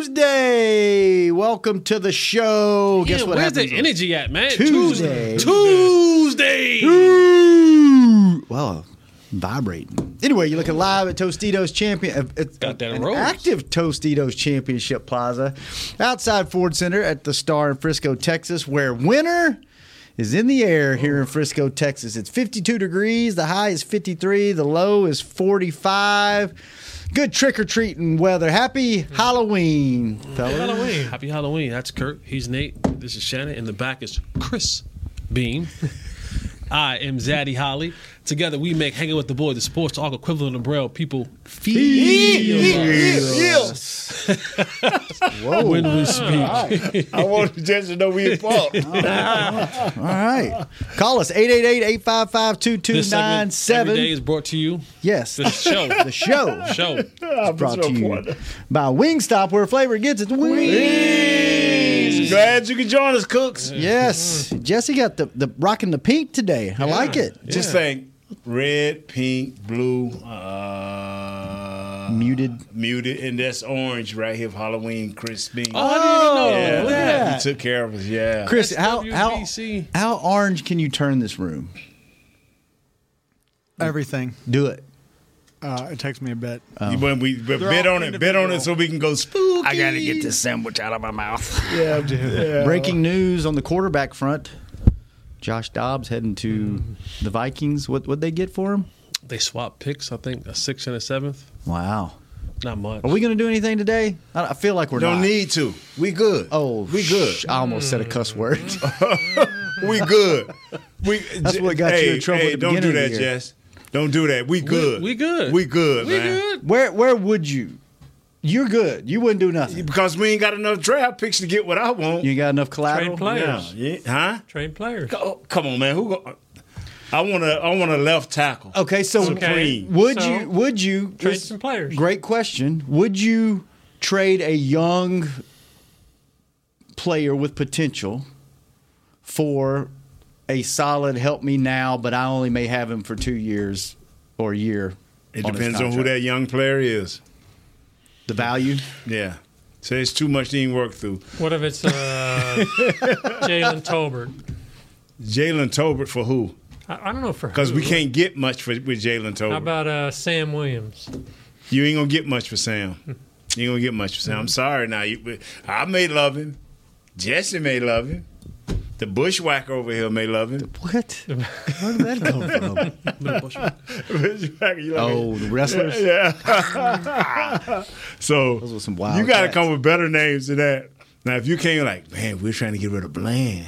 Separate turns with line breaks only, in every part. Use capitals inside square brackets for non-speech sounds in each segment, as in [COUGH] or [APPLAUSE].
Tuesday. Welcome to the show. Guess what
Where's
happens
the energy at, man?
Tuesday.
Tuesday.
Ooh. Well, vibrating. Anyway, you're looking live at Tostitos Champion. uh, It's
Goddamn
an
rolls.
active Tostitos Championship Plaza outside Ford Center at the Star in Frisco, Texas, where winner is in the air here in Frisco, Texas. It's 52 degrees. The high is 53. The low is 45. Good trick or treating weather. Happy Halloween, fellas.
Halloween. Happy Halloween. That's Kurt. He's Nate. This is Shannon. In the back is Chris
[LAUGHS]
Beam. I am Zaddy Holly. Together we make Hanging with the Boy the sports talk equivalent of Braille people feel when we speak.
[LAUGHS] I want the judge to know
[LAUGHS]
we involved.
[LAUGHS] All right. Call us 888-855-2297.
This segment every day is brought to you.
yes.
The
[LAUGHS]
show.
The
[LAUGHS]
show is
show.
brought to you by Wingstop, where flavor gets its wings.
Glad you could join us, cooks.
Yes,
Mm-hmm.
Jesse got the, the rocking the pink today. I like it.
Just think red, pink, blue, uh,
Muted.
muted, and that's orange right here. Halloween, crispy.
Oh, I didn't even know.
yeah,
Look at that.
you took care of us. Yeah,
Chris, how, how
SWBC.
how orange can you turn this room?
Everything.
Do it.
Uh, it takes me a [LAUGHS] bit.
Oh.
You- when we but
They're
bid
all
on it, bid on it,
individual.
so we can go spooky.
I gotta get this
[LAUGHS]
sandwich out of my mouth. Yeah, Breaking news on the quarterback front. Josh Dobbs heading to the Vikings. What would they get for him?
They swap picks, I think, a sixth and a seventh.
Wow.
Not much. [LAUGHS]
Are we [LAUGHS] going to do anything today? I I feel like we're
Don't
not.
need to. We good.
Oh,
we good.
sh- I almost said a cuss word.
[LAUGHS] we good. We
[LAUGHS] That's what got
hey,
you in trouble
Hey,
at the
don't do
beginning
that,
of the year.
Jess. Don't do that. We good.
we good.
We good,
We
man.
good.
where where would you? You're good. You wouldn't do nothing.
Because we ain't got enough draft picks to get what I want.
You ain't got enough collateral.
Trade players.
Yeah, huh?
Trade players.
Oh, come on, man. Who? Go- I want to. I want a left tackle.
Okay, so
Okay.
would
So,
you? Would you
trade
this-
some players.
Great question. Would you trade a young player with potential for a solid help me now, but I only may have him for two years or a year?
It
on his
depends on who
contract?
that young player is.
The value.
Yeah. So it's too much to even work through.
What if
[LAUGHS]
it's uh, Jalen Tolbert?
Jalen Tolbert for who?
I, I don't know for
Because
who.
we can't get much for, with Jalen Tolbert.
How about uh, Sam Williams?
you ain't gonna get much for Sam. You ain't gonna get much for Sam. I'm sorry. Now you, but I may love him. Jesse may love him. The bushwhacker over here may love him.
[LAUGHS]
What?
Mm-hmm.
Where did that come from?
bushwhacker, you like
Oh, the wrestlers. [LAUGHS]
So
Those were some wild
You got to
cats.
come with better names than that. Now, if you came like, man, we're trying to get rid of Bland.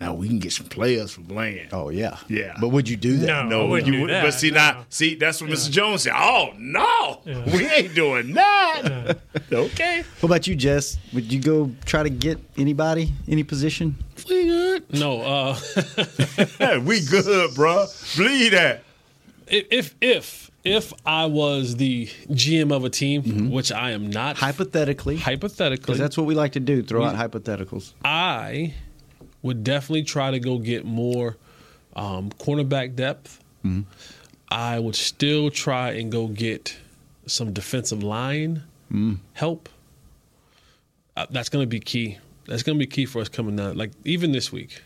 Now we can get some players
[LAUGHS]
for Bland.
Oh yeah,
Yeah.
But would you do that?
No, I wouldn't
you
do
would-
that.
But see, now, see, that's what Mr. Jones said. Oh no, we ain't doing that. okay.
What about you, Jess? Would you go try to get anybody, any position?
We good. No. Uh,
[LAUGHS] Hey, we good, bro. Believe that.
if if if if I was the GM of a team,
Mm-hmm.
which I am not,
Hypothetically, because
hypothetically,
that's what we like to do. Throw out hypotheticals.
I would definitely try to go get more um, cornerback depth. I would still try and go get some defensive line
Mm-hmm.
help. Uh, that's going to be key. That's going to be key for us coming down. Like even this
[LAUGHS]
week,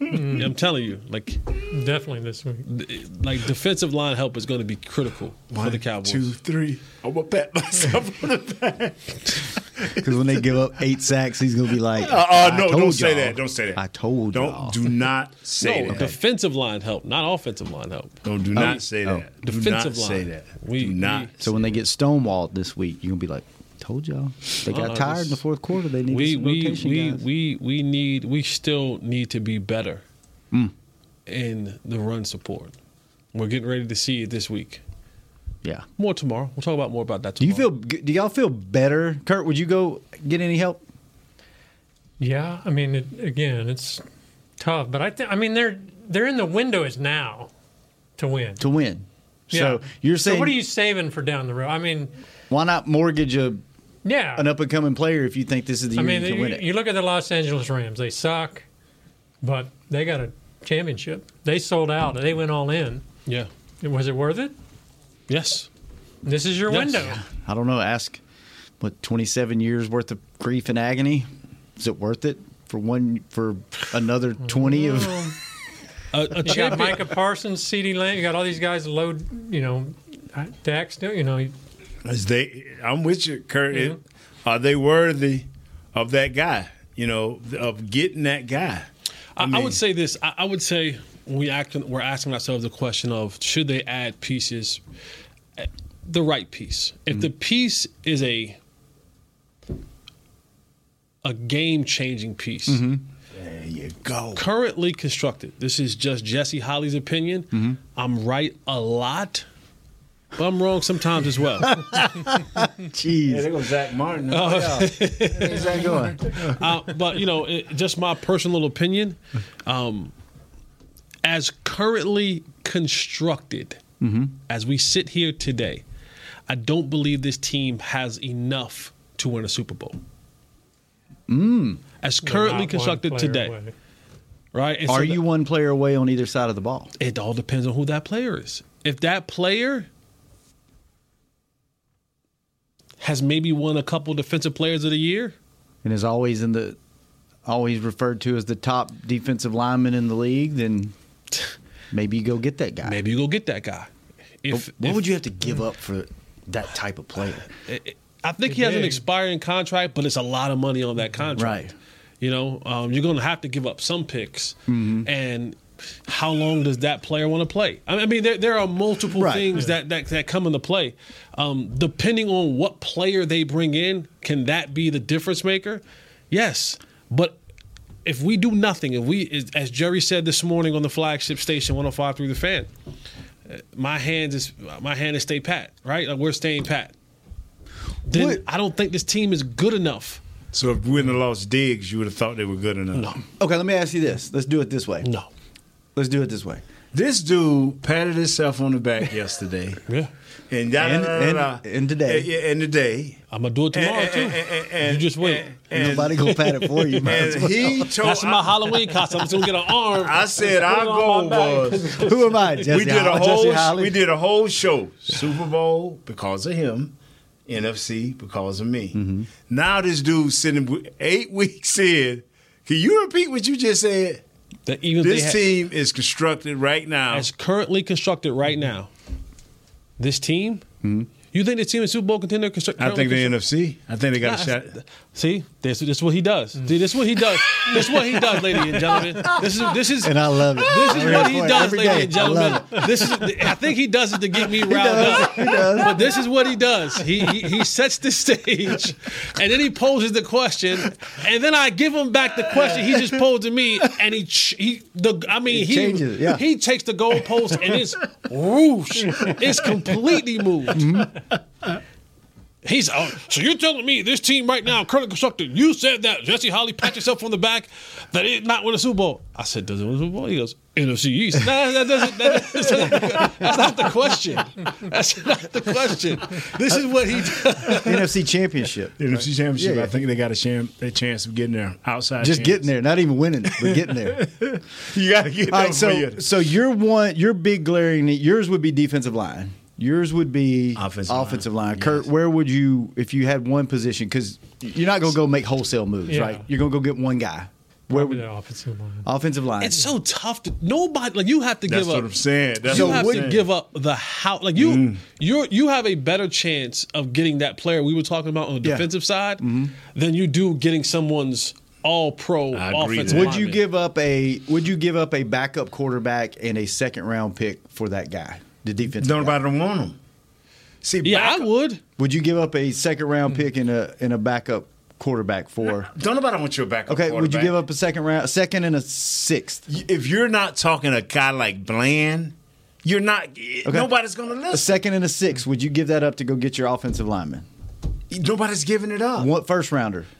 I'm telling you, like
Definitely this week.
th- like defensive line help is going to be critical for the Cowboys.
Two, three. I'm gonna pat myself on the back.
Because when they give up eight sacks, he's gonna be like,
Uh, uh,
"I
no,
told
don't say
y'all.
that. Don't say that.
I told
[LAUGHS] Don't
y'all." [LAUGHS]
do not say
No,
that.
defensive line help, not offensive line help.
Don't do not say
oh.
that.
Defensive
do not say
line.
that.
We-
do not.
So when they get stonewalled this week, you're gonna be like, "Told y'all." They got
Uh-uh,
tired in the
this-
fourth quarter. They needed
we
some
we
rotation
we,
guys.
we we need we still need to be better
Mm.
in the run support. We're getting ready to see it this week.
Yeah.
More tomorrow. We'll talk about more about that
Do
tomorrow.
you feel? Do y'all feel better? Kurt, would you go get any help?
Yeah, I mean, it, again, it's tough, but I think I mean they're they're in the window is now to win.
to win. So
Yeah.
you're saying
so what are you saving for down the road? I mean,
why not mortgage a,
yeah,
an up and coming player if you think this is the year
I mean,
you can
you,
win it?
you look at the Los Angeles Rams; they suck, but they got a championship. They sold out. They went all in.
Yeah.
Was it worth it?
Yes.
This is your
Yes.
window.
I don't know. Ask what 27 years worth of grief and agony. Is it worth it for one for another 20 of?
Oh. A, a
Oh. You got
champion.
Micah Parsons, C.D. Lamb. You got all these guys load. You know, Dax. You know,
Is they, I'm with you, Kurt. It- Are they worthy of that guy? You know, of getting that guy.
I, I
mean- [LAUGHS]
would say this. I, I would say we act, we're asking ourselves the question of should they add pieces, eh, the right piece. If the piece is a a game changing piece,
There you go.
currently constructed. This is just Jesse Holly's opinion. I'm right a lot, but I'm wrong sometimes as well.
Yeah,
Jeez,
there goes Zach Martin.
Oh.
where's that going?
uh, but you know, it, just my personal opinion, um, as currently constructed,
Mm-hmm.
as we sit here today, I don't believe this team has enough to win a Super Bowl.
Mm.
As currently constructed today, right? And so
Are
that-
you one player away on either side of the ball?
It all depends on who that player is. If that player has maybe won a couple defensive players of the year,
And is always in the always referred to as the top defensive lineman in the league? Then maybe you go get that guy.
maybe you go get that guy. If
What
if-
would you have to give up for that type of player?
I think he has an
big.
expiring contract, but it's a lot of money on that contract.
Right.
You know, um, you're going to have to give up some picks. And how long does that player want to play? I mean, I mean, there, there are multiple
Right.
things that, that, that come into play. Um, depending on what player they bring in, can that be the difference maker? Yes. But if we do nothing, if we, as- as Jerry said this morning on the flagship station 105 through the fan, uh, my hands is my hand is stay pat, right? Like we're staying pat [LAUGHS] then
What-
I don't think this team is good enough.
So if we wouldn't have lost Diggs, you would have thought they were good enough.
Okay, let me ask you this. Let's do it this way.
No.
Let's
[LAUGHS]
do it this way.
This dude patted himself on the
[LAUGHS]
back yesterday.
Yeah.
And, da,
And-
da, da, da, da.
and- and today.
And, yeah, and today.
I'm gonna do it tomorrow
And-
too.
and- and- and-
you just wait.
And,
Nobody gonna pat it for
[LAUGHS]
you. might
and
as well.
he told
That's my Halloween costume. I'm just gonna get an arm.
I said our
it on
goal
my back.
was
Who am I? Jesse
Oh, we did a
Holly- Jesse
whole
Holly?
we did a whole show Super Bowl because of him, NFC because of me. Now this dude sitting w- eight weeks in. Can you repeat what you just said?
that even if they
This [LAUGHS]
had-
team is constructed right now.
as currently constructed right now, this team. You think the team is Super Bowl contender? constru-
Hmm? I think the
currently
NFC. I think they got a shot.
constructed? See, this, this is what he does. See, this is what he does. this is what he does, ladies and gentlemen. This is this is
and I love it.
This is
I'm here
what he
for it
does,
every
ladies
day.
and
I
gentlemen.
love
This is. I think he does it to get me riled up. But this is what he does. He, he he sets the stage, and then he poses the question, and then I give him back the question he just posed to me, and he ch- he the I mean he
changes it, yeah.
he takes the goalpost and it's whoosh, it's completely moved.
[LAUGHS]
He's out. So you're telling me this team right now, currently constructed, you said that Jesse Holly pat yourself on the back that it not win a Super Bowl. I said, does it win a Super Bowl? He goes, NFC East. Nah, that doesn't. That, that's, not, that's not the question. That's not the question. This is what he does.
it. NFC Championship.
NFC Championship.
Yeah, yeah.
I think they got a, sham- a chance of getting there. Outside,
Just
chance.
getting there, not even winning, but getting there.
[LAUGHS] You got to get
All
there.
right, so
before you-
so your one, your big glaring need, yours would be defensive line. Yours would be
Offensive line.
line. Kurt, where would you if you had one position? Because you're not gonna go make wholesale moves,
Yeah.
right? You're gonna go get one guy. Where
Probably
would
the offensive line.
offensive line?
It's so tough to nobody. Like you have to
that's
give
what
up.
I'm saying. That's
you
what I'm
have to
saying. Mm-hmm.
give up the how like you you you have a better chance of getting that player we were talking about on the
Yeah.
defensive side
Mm-hmm.
than you do getting someone's all pro
I agree
offensive
there.
Would you
lineman.
give up a Would you give up a backup quarterback and a second round pick for that guy, the defense?
Don't nobody want them. See,
Yeah,
back-
I would.
Would you give up a second round pick and a and a backup quarterback for?
Don't nobody want your backup.
Okay, would you
quarterback.
give up a second round, a second and a sixth?
If you're not talking a guy like Bland, You're not. Nobody's going to
A
listen.
second and a six. Would you give that up to go get your offensive lineman?
Nobody's giving it up.
What first rounder?
[SIGHS]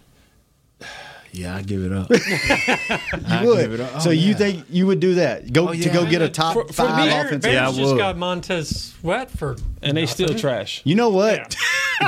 Yeah, I give
[LAUGHS]
it up.
You would.
Oh,
so you think you would do that? Go
Oh,
to
yeah.
go get a top
For- for
five
me,
Bears,
offensive.
Bears
Yeah, I
just
would. [LAUGHS]
got Montez Sweat for
and they still trash.
You know what?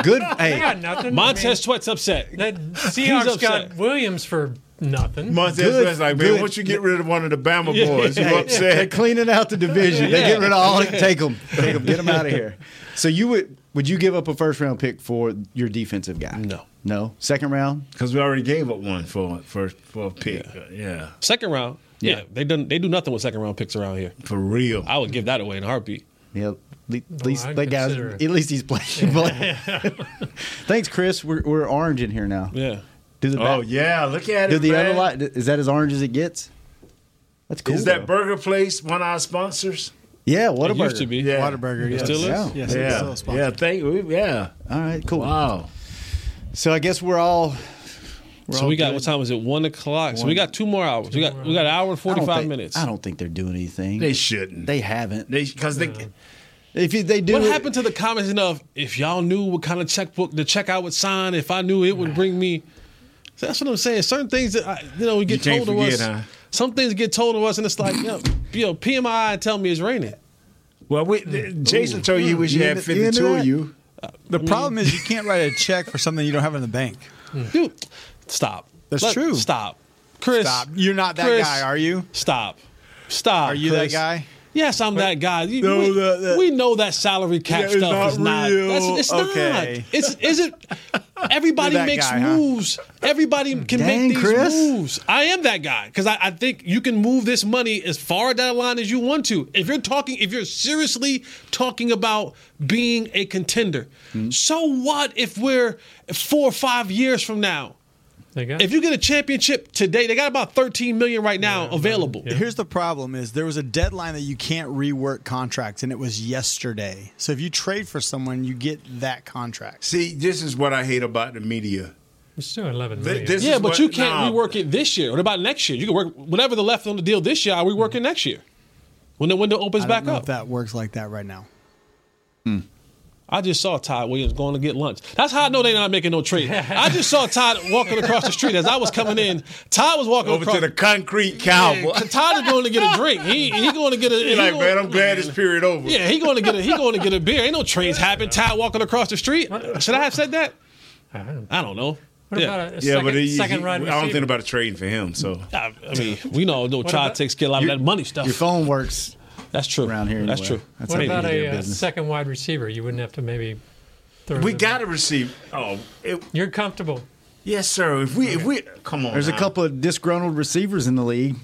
Good.
they got
Hey,
nothing.
Montez Sweat's
I
upset.
mean, that Seahawks
upset.
got Williams for nothing.
Montez
Good,
Sweat's like, man,
good.
once you get rid of one of the Bama
Yeah.
boys, you
they're
upset.
cleaning out the division. They get rid of all. Take them. Take them. Get them out of here. So you would? Would you give up a first round pick for your defensive guy?
No.
No. Second round.
Because we already gave up one for for for a pick. Uh, Yeah,
Second round. Yeah.
Yeah.
they done. They do nothing with second round picks around here.
for real.
I would give that away in a heartbeat.
Yeah. At least
I'd
that guy's.
consider
At
it.
least he's playing.
[LAUGHS]
Thanks, Chris. We're, we're orange in here now.
Yeah,
Do the
oh
back-
yeah, look at
do
it.
the
man.
other lot? Is that as orange as it gets? That's cool.
Is that
though.
burger place one of our sponsors?
yeah? What a
it used to
burger.
be.
Yeah.
Waterburger. Yes.
still is?
Yes, it's still
Yeah,
a sponsor.
yeah, thank you. Yeah,
All right. Cool.
wow.
So I guess we're all. we're
So
all
we got
good.
what time is it? One o'clock. So we got two more hours. we got we got an hour
I don't
and forty five
think-
minutes.
I don't think they're doing anything.
They
They,
shouldn't.
haven't.
they because they
if you- they do,
What happened to the comments enough? If y'all knew what kind of checkbook the check I would sign, if I knew it would bring me. So that's what I'm saying. Certain things that I, you know we get
can't
told to us.
forget, huh?
Some things get told to us, and it's like, yo, you know, PMI and tell me it's raining.
Well, we,
Mm.
Jason told you we should
You
have
into- you into
52 of
that?
you.
Uh, The problem is you can't write a check for something you don't have in the bank.
Dude, stop.
Hmm. That's true.
Stop, Chris.
Stop. You're not that
Chris,
guy, are you?
Stop. Stop.
Are you
Chris.
that guy?
Yes, I'm that guy. You-
No,
we,
that- that-
we know that salary cap
Yeah, it's
stuff
not
is not.
real.
That's, it's
Okay.
not. It's is
[LAUGHS]
it. Everybody
You're that
makes
guy, huh?
moves. Everybody can
Dang,
make these
Chris.
moves. I am that guy because I, I think you can move this money as far down the line as you want to. If you're talking, if you're seriously talking about being a contender,
Hmm.
so what if we're four or five years from now?
They got
If you get a championship today, they got about 13 million right now available.
Here's the problem is there was a deadline that you can't rework contracts and it was yesterday. So if you trade for someone, you get that contract.
See, this is what I hate about the media.
it's still eleven
Th-
million.
this
Yeah,
is
but
what-
you can't
nah.
rework it this year. What about next year? You can work whatever the left on the deal this year. I rework it next year when the window opens
Hmm. I don't
back
know
up.
if that works like that right now.
I just saw Todd Williams going to get lunch. That's how I know they're not making
[LAUGHS]
no trade. I just saw Todd walking across the street as I was coming in. Todd was walking
Over
across
to the concrete cowboy.
Yeah, Todd is going to get a drink. He he going to get a.
You're
he
like,
going-
man, I'm glad this period over.
Yeah, he going to get a he going to get a beer. Ain't no trades happen. Todd walking across the street. Should I have said that? I don't know.
what
Yeah.
about a
Yeah,
second,
but he,
second
he-
round
I don't
receiver?
think about trading for him. So
I, I mean, we know no child
about-
takes care of a lot of that
[LAUGHS]
money stuff.
Your phone works
That's true.
around here.
That's
anyway.
true.
That's
What
how they
about
do
a
their
uh,
business.
second wide receiver? You wouldn't have to maybe. Throw
we
them
got
out.
to receive. Oh, it,
You're comfortable.
yes, sir. If we, if we, come on.
There's a
now.
couple of disgruntled receivers in the league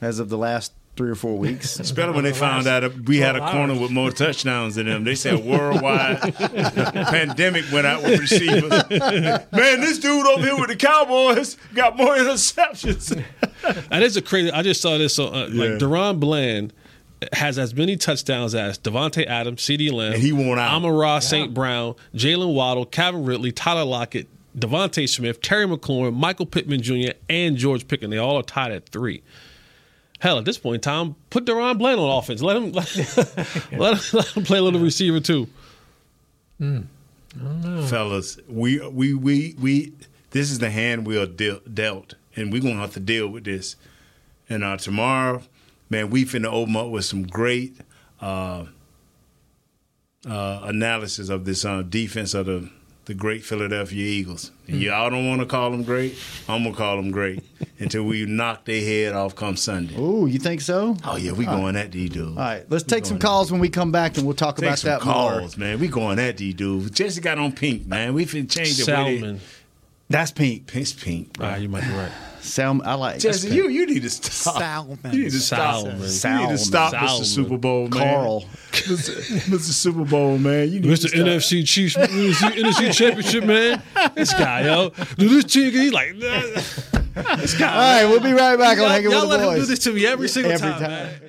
as of the last three or four weeks.
It's better when they found out that we had a corner with more touchdowns than them. They said
[LAUGHS]
worldwide [LAUGHS] pandemic went out with receivers. Man, this dude over here with the Cowboys got more interceptions.
That is a crazy. I just saw this. So, uh,
Yeah.
Like Deron Bland has as many touchdowns as Devontae Adams, C.D. Lamb,
And he won't out.
Amon Ra St. Brown, Jalen Waddle, Calvin Ridley, Tyler Lockett, Devontae Smith, Terry McLaurin, Michael Pittman Jr., and George Pickens. They all are tied at three. Hell, at this point in time, put Deron Bland on offense. Let him [LAUGHS] let, let him let him play a little receiver too.
Hmm.
Fellas, we we we we this is the hand we are deal, dealt, and we're gonna have to deal with this. And uh, tomorrow, man, we finna open up with some great uh, uh, analysis of this uh, defense of the the great Philadelphia Eagles. And Y'all don't want to call them great. I'm gonna call them great until we knock their head off come Sunday.
Ooh, you think so?
Oh yeah, we going at these dudes.
All right, let's take some calls when we come back, and we'll talk
Take
about
some
that more.
calls, man. We going at these dudes. Jesse got on pink, man. We finna change the way
Salmon.
That's pink.
they, It's pink, bro.
Ah, you might be right.
Salmon. I like.
Jesse, you you need to [LAUGHS] stop.
Salmon.
You need to stop.
Salmon.
You need to stop,
Salmon.
Mr. Super Bowl, man.
Carl.
Mr. Mr. Super Bowl, man. You need to
Mr.
stop.
NFC Chiefs, NFC, NFC Championship, man. This guy, yo. Do this chick, he's like, nah. this guy.
All right, we'll be right back on
Y'all,
Hanging
y'all
with
let
the
him do
Boys.
this to me every single
Every
time,
time.
man.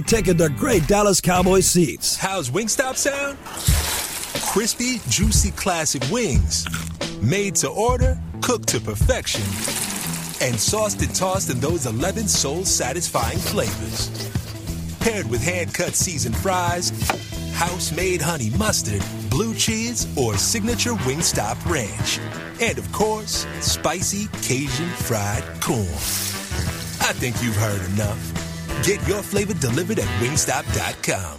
ticket to great Dallas Cowboys seats.
How's Wingstop sound? Crispy, juicy, classic wings. Made to order, cooked to perfection, and sauced and tossed in those 11 soul satisfying flavors. Paired with hand cut seasoned fries, house made honey mustard, blue cheese, or signature Wingstop ranch. And of course, spicy Cajun fried corn. I think you've heard enough. Get your flavor delivered at wingstop.com.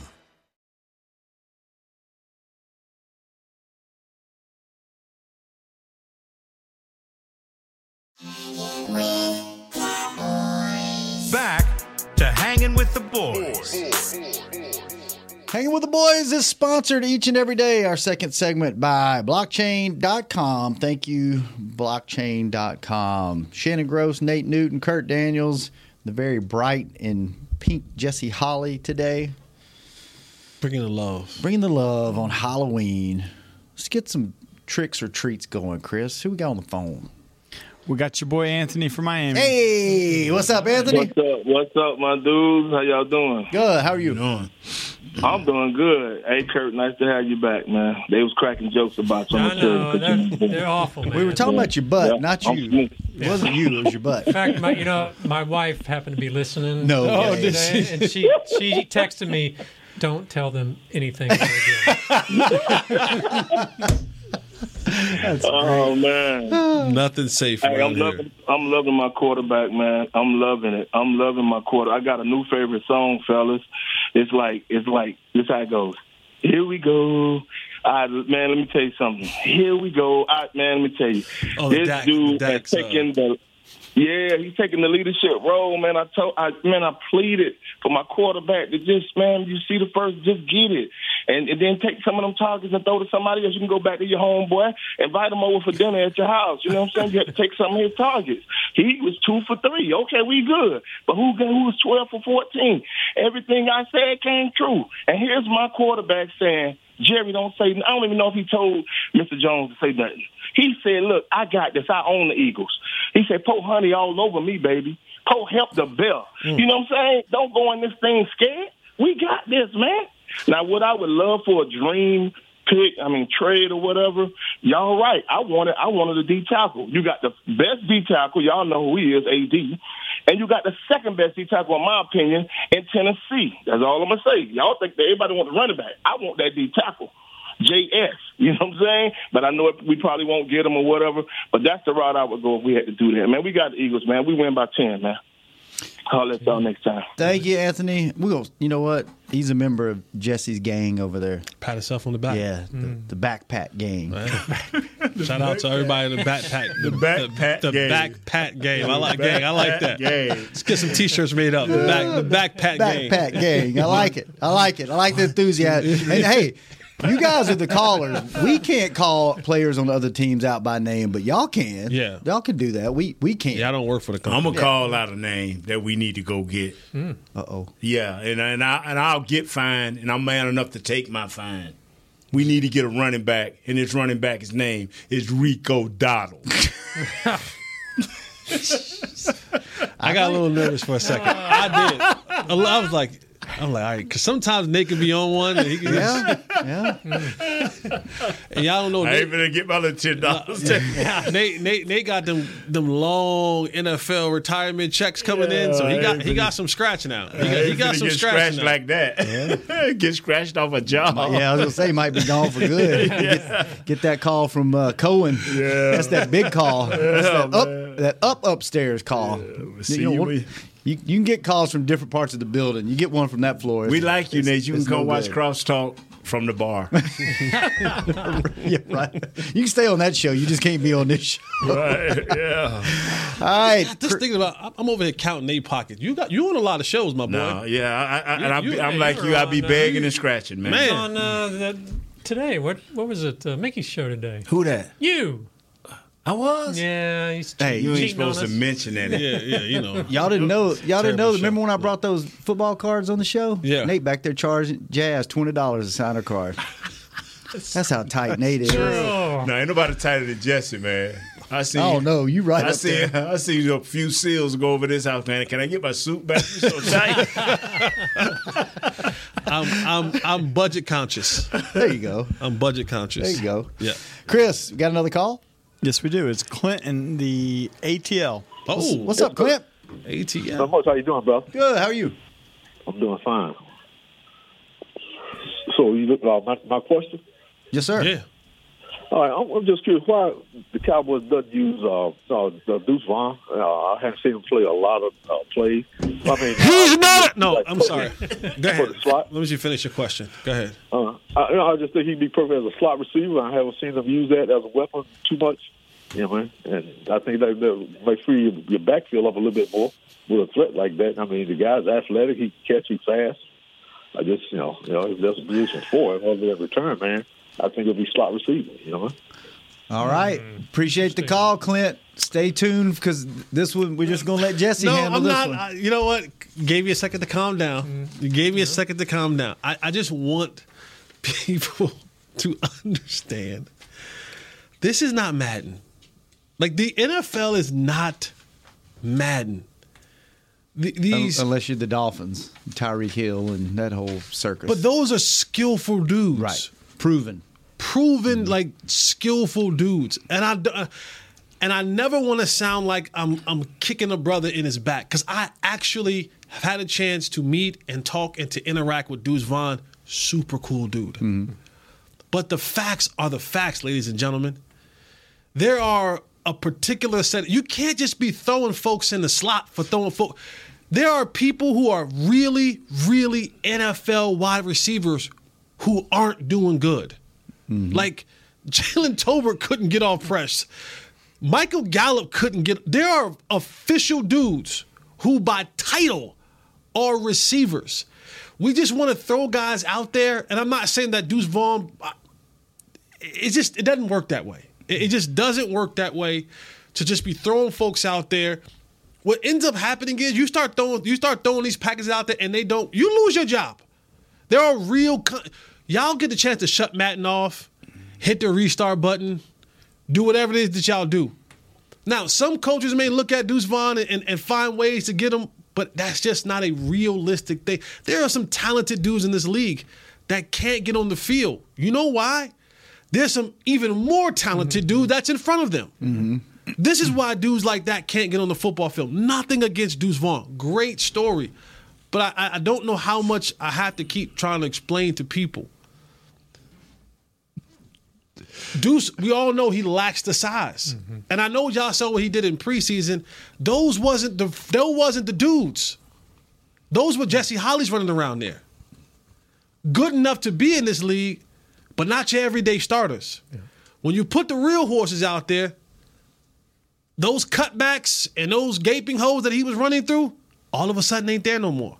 Back to Hanging with the Boys.
Hanging with the Boys is sponsored each and every day, our second segment by blockchain.com. Thank you, blockchain.com. Shannon Gross, Nate Newton, Kurt Daniels, the very bright and pink Jesse Holly today.
Bringing the love.
Bringing the love on Halloween. Let's get some tricks or treats going, Chris. Who we got on the phone?
We got your boy Anthony from Miami.
Hey, what's up, Anthony?
What's up? What's up, my dudes? How y'all doing?
Good. How are you? doing?
I'm doing good. Hey, Kurt, nice to have you back, man. They was cracking jokes about you.
I know they're, they're awful. Man.
We were talking about your butt, not you. It wasn't you. It was your butt.
In [LAUGHS] fact, my, you know, my wife happened to be listening.
No.
uh,
Oh, did
today,
she?
and she she texted me, "Don't tell them anything." they're doing."
oh man.
Nothing safe.
Hey,
around
I'm
here.
loving, I'm loving my quarterback, man. I'm loving it. I'm loving my quarter. I got a new favorite song, fellas. It's like, it's like, this how it goes. Here we go. I, man, let me tell you something. Here we go. I, man, let me tell you.
Oh,
this
Dak-
dude
Dak's,
has
uh,
taken the. Yeah, he's taking the leadership role, man. I told, I man, I pleaded for my quarterback to just, man, you see the first, just get it, and, and then take some of them targets and throw to somebody else. You can go back to your homeboy, invite him over for dinner at your house. You know what I'm saying? You have to take some of his targets. He was two for three. Okay, we good, but who got- who was twelve for fourteen? Everything I said came true, and here's my quarterback saying. Jerry don't say. I don't even know if he told Mr. Jones to say nothing. He said, "Look, I got this. I own the Eagles." He said, "Poke honey all over me, baby. Poke help the bell." You know what I'm saying? Don't go in this thing scared. We got this, man. Now, what I would love for a dream pick, I mean trade or whatever. Y'all right. I wanted I wanted a D tackle. You got the best D tackle. Y'all know who he is, AD. And you got the second best D tackle, in my opinion, in Tennessee. That's all I'm gonna say. Y'all think that everybody want the running back? I want that D tackle. JS, you know what I'm saying? But I know we probably won't get him or whatever. But that's the route I would go if we had to do that. Man, we got the Eagles, man. We win by ten, man. I'll let y'all next time.
Thank you, Anthony. We will. You know what? He's a member of Jesse's gang over there.
Pat himself on the back.
Yeah, the, the backpack gang. [LAUGHS]
Shout out to everybody in the backpack.
[LAUGHS]
The, backpack the,
game.
backpack game. I like
The
gang. I like that.
backpack game.
Let's get some t-shirts made up. The back the backpack, game.
backpack gang. I like it. I like it. I like the enthusiasm. And hey, You guys are the callers. We can't call players on other teams out by name, but y'all can.
Yeah.
Y'all can do that. We we can't.
Yeah, I don't work for the
I'm gonna
Yeah.
call out a name that we need to go get.
Uh oh.
Yeah, and and I and I'll get fined, and I'm man enough to take my fine. We need to get a running back, and this running back's name is Rico Doddle.
I got a little nervous for a second. I did. I was like, I'm like, all right, because sometimes Nate can be on one, and he can
[LAUGHS]
just-
Yeah. Yeah.
Hmm.
and y'all don't know.
I ain't gonna get my little ten dollars.
Yeah. Nate, Nate, Nate got them them long NFL retirement checks coming in, so he
Yeah,
got he
everybody-
got some scratching out. He
Yeah,
got, he got
everybody
some
get scratched
scratching out.
like that. [LAUGHS] get scratched off a job.
Yeah, I was gonna say might be gone for
[LAUGHS]
good. get, get that call from uh, Cohen. Yeah, that's that big call. That's that, up, that up upstairs call.
see,
you, know,
you-
what- you- you can get calls from different parts of the building. You get one from that floor.
We
It's-
like you,
it's-
Nate. You can
it's
come
no
watch
good.
Crosstalk from the bar.
[LAUGHS] yeah, right. You can stay on that show. You just can't be on this show.
right. Yeah.
All right.
Just thinking about, I'm- I'm over here counting Nate pockets. You got you on a lot of shows, my boy.
No, yeah, I, I,
You-
and I,
you-
I'm
you
like
were
you. I be
on, uh,
begging and scratching, man.
He was on uh, the, today. What what was it? Uh, Mickey's show today.
Who that?
You.
I was.
Yeah. He's
Hey, [LAUGHS] you ain't
cheating on
supposed to
us.
mention that.
Yeah, yeah, you know.
[LAUGHS] Y'all didn't know. Y'all didn't know.
Terrible
Remember when I brought those football cards on the show?
Yeah.
Nate back there charging Jazz twenty dollars to sign a [LAUGHS] card. That's how tight Nate is.
No, ain't nobody tighter than Jesse, man. I see.
Oh, no, you right
I
up
see. I see a few seals go over this house, man. Can I get my
[LAUGHS]
suit back? You're so tight.
I'm I'm I'm budget conscious.
There you go.
I'm budget conscious.
There you
go.
Yeah.
Chris, got another call?
Yes, we do. It's Clint and the ATL.
Oh,
what's up, Clint?
ATL.
Not much. How you doing, bro?
Good. How are you?
I'm doing fine. So you look uh, my my question.
Yes, sir.
Yeah.
All right, I'm, I'm just curious why the Cowboys doesn't use uh, uh, the Deuce Vaughn. Uh, I haven't seen him play a lot of uh, plays. I mean, he's not.
No, I'm sorry. Go ahead. Let me just finish your question. Go ahead.
Uh, I, you know, I just think he'd be perfect as a slot receiver. I haven't seen them use that as a weapon too much. Yeah, man. And I think that that might free your, your backfield up a little bit more with a threat like that. I mean, the guy's athletic. He can catch. He's fast. I just, you know, you know, if there's a position for him other than return, man, I think it'll be slot receiver. You know.
All right.
Mm.
Appreciate the call, Clint. Stay tuned because this one we're just gonna let Jesse
no,
handle
I'm
this
not.
one. Mm-hmm.
I, you know what? Gave you a second to calm down. You gave me a second to calm down. I, I just want [LAUGHS] people to understand this is not Madden. Like the NFL is not Madden. The- these,
Unless you're the Dolphins, Tyreek Hill, and that whole circus.
but those are skillful dudes, right?
Proven, Mm-hmm.
proven, like skillful dudes. And I, d- uh, and I never want to sound like I'm I'm kicking a brother in his back because I actually have had a chance to meet and talk and to interact with Deuce Vaughn. Super cool dude.
Mm-hmm.
But the facts are the facts, ladies and gentlemen. There are a particular set. You can't just be throwing folks in the slot for throwing folks. There are people who are really, really NFL wide receivers who aren't doing good. Like [LAUGHS] Jalen Tolbert couldn't get off press. Michael Gallup couldn't get. There are official dudes who, by title, are receivers. We just want to throw guys out there, and I'm not saying that Deuce Vaughn. I- It just it doesn't work that way. It it just doesn't work that way to just be throwing folks out there. What ends up happening is you start throwing you start throwing these packages out there, and they don't. You lose your job. There are real. Con- y'all get the chance to shut Madden off, hit the restart button, do whatever it is that y'all do. Now, some coaches may look at Deuce Vaughn and, and find ways to get him, but that's just not a realistic thing. There are some talented dudes in this league that can't get on the field. You know why? There's some even more talented dude that's in front of them.
Mm-hmm.
This is why dudes like that can't get on the football field. Nothing against Deuce Vaughn. Great story. But I, I- I don't know how much I have to keep trying to explain to people. Deuce, we all know he lacks the size. And I know y'all saw what he did in preseason. Those wasn't the those wasn't the dudes. Those were Jesse Holly's running around there. Good enough to be in this league, but not your everyday starters. When you put the real horses out there, those cutbacks and those gaping holes that he was running through, all of a sudden ain't there no more.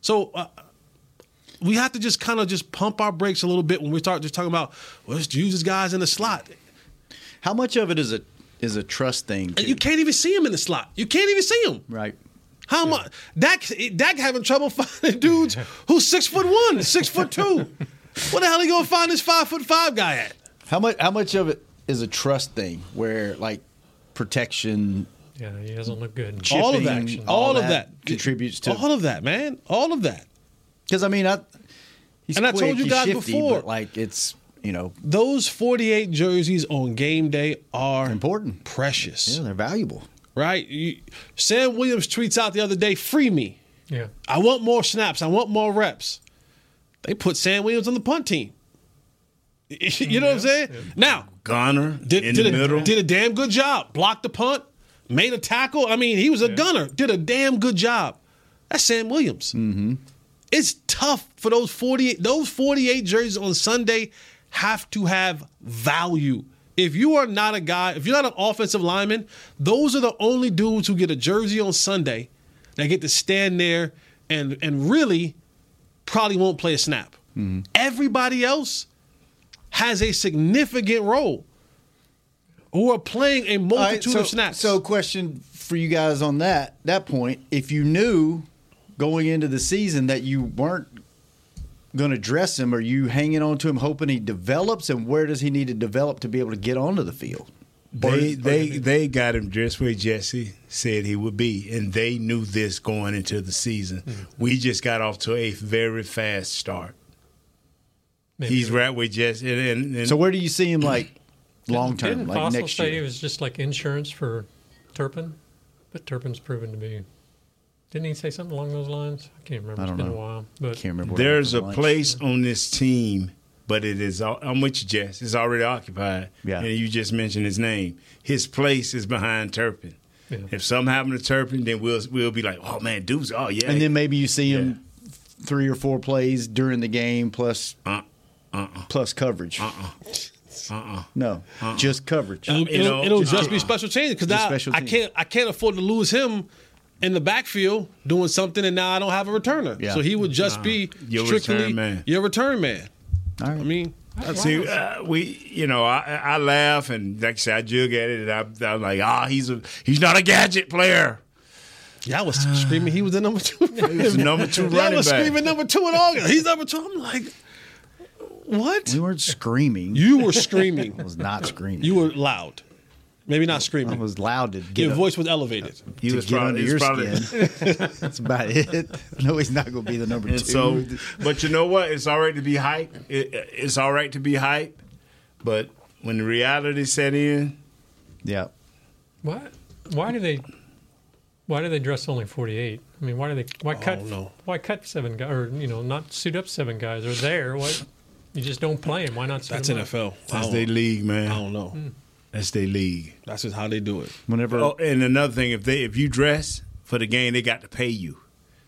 So uh, we have to just kind of just pump our brakes a little bit when we start just talking about well, let's use this guys in the slot.
How much of it is a is a trust thing?
And you can't even see him in the slot. You can't even see him.
Right.
How much Dak Dak having trouble [LAUGHS] finding dudes who's six foot one, six foot two. What the hell are you gonna find this five foot five guy at?
How much how much of it is a trust thing where like protection
Yeah, he doesn't look good.
All of
Chipping,
that, all, of that, contributes to
all of that, man, all of that.
Because I mean, I he's
And I
quick,
told you
he's
guys
shifty,
before.
but, like it's you know
Those 48 jerseys on game day are
important,
precious.
Yeah, they're valuable.
Right? You, Sam Williams tweets out the other day, "Free me.
Yeah.
I want more snaps. I want more reps." They put Sam Williams on the punt team. [LAUGHS] you know what I'm saying? Now,
Gunner
did,
in
did
the
a,
middle.
did a damn good job. Blocked the punt, made a tackle. I mean, he was a gunner. Did a damn good job. That's Sam Williams. Mm-hmm. It's tough for those forty those forty eight jerseys on Sunday have to have value. If you are not a guy, if you're not an offensive lineman, those are the only dudes who get a jersey on Sunday that get to stand there and and really probably won't play a snap.
Mm-hmm.
Everybody else has a significant role who are playing
All
a
right,
multitude
so,
of snaps.
So, question for you guys on that that point: if you knew going into the season that you weren't going to dress him, are you hanging on to him hoping he develops? And where does he need to develop to be able to get onto the field?
They they they got him just where Jesse said he would be, and they knew this going into the season.
Hmm.
We just got off to a very fast start. He's right where Jesse. And, and, and
So, where do you see him like long term,
[CLEARS THROAT] Didn't
like
Fossil
next
say
year?
it was just like insurance for Turpin? But Turpin's proven to be. Didn't he say something along those lines? I can't remember.
I
It's
don't
been
know.
a while. But
Can't remember.
There's a place on this team, but it is. al- I'm with you, Jess. It's already occupied.
Yeah.
And you just mentioned his name. His place is behind Turpin.
Yeah.
If something happened to Turpin, then we'll we'll be like, oh man, dude's oh yeah.
And then maybe you see him three or four plays during the game plus
Uh,
plus coverage.
uh-uh.
No, just coverage.
It'll,
You know,
it'll- it'll just
uh-uh.
be special changes because
Just
now
special
I
teams.
can't I can't afford to lose him in the backfield doing something, and now I don't have a returner.
Yeah.
So he would just be
Your
strictly
return man.
your return man. I mean,
See, uh, we, you know, I, I laugh and like I said, I jug at it, and I, I'm like, ah, he's a, he's not a gadget player.
Yeah, I was screaming. He was the number two. he
was the number two
[LAUGHS] Y'all
running
was
back.
screaming number two in August. He's number two. I'm like, what?
We weren't screaming.
You were
[LAUGHS]
screaming.
I was not screaming.
You were loud. Maybe not screaming. I
was loud to get
Your
up-
voice was elevated.
He
to
was
get under
probably- he
your
was probably- [LAUGHS]
skin. That's about it. [LAUGHS] No, he's not going to be the number
And
two.
[LAUGHS]
so, but you know what? It's all right to be hype. It, it's all right to be hype, but when the reality set in,
yeah,
Why? Why do they? Why do they dress only forty eight? I mean, why do they? Why cut? Why cut seven guys? Or you know, not suit up seven guys? Or there? What? You just don't play them. Why not? Suit
That's
'em up?
NFL. Oh, I
that's
don't-
their league, man.
I don't know.
That's their league.
That's just how they do it.
Whenever,
Oh, and another thing, if they if you dress for the game, they got to pay you.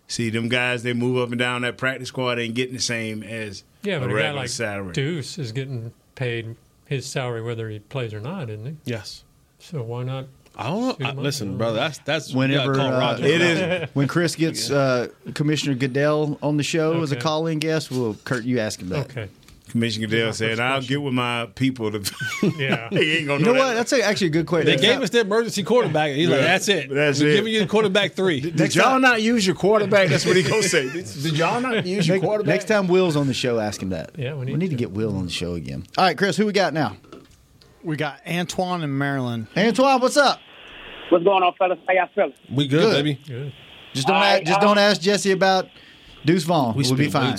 See, them guys, they move up and down that practice squad, ain't getting the same as
Yeah, but
a
a, guy
regular
like
salary.
Deuce is getting paid his salary whether he plays or not, isn't he?
Yes.
So why not?
I don't know. I- listen, brother. That's that's you gotta
whenever
call
uh,
Roger
it
now. [LAUGHS]
is when Chris gets uh, Commissioner Goodell on the show as a
Okay.
call-in guest, we'll Kurt, you ask him that.
Okay.
Commissioner Goodell said, "I'll get with my people." To [LAUGHS]
Yeah.
he ain't
You
gonna
know
know
what?
that.
That's a, actually a good question.
They
That's
gave
not-
us the emergency quarterback. He's like,
Yeah.
that's it.
That's
We're
it.
giving you the quarterback three.
Did y'all not use your quarterback? That's what he
[LAUGHS]
gonna say. Did did y'all not use your
Next-
quarterback?
Next time Will's on the show, ask him that.
Yeah,
we need, to. get Will on the show again. All right, Chris, who we got now?
We got Antoine in Maryland.
Antoine, what's up?
What's going on, fellas? How y'all feeling?
We
good, Good.
baby.
Just don't
All
ask,
right,
just
um,
don't ask Jesse about Deuce Vaughn. We will be fine.
I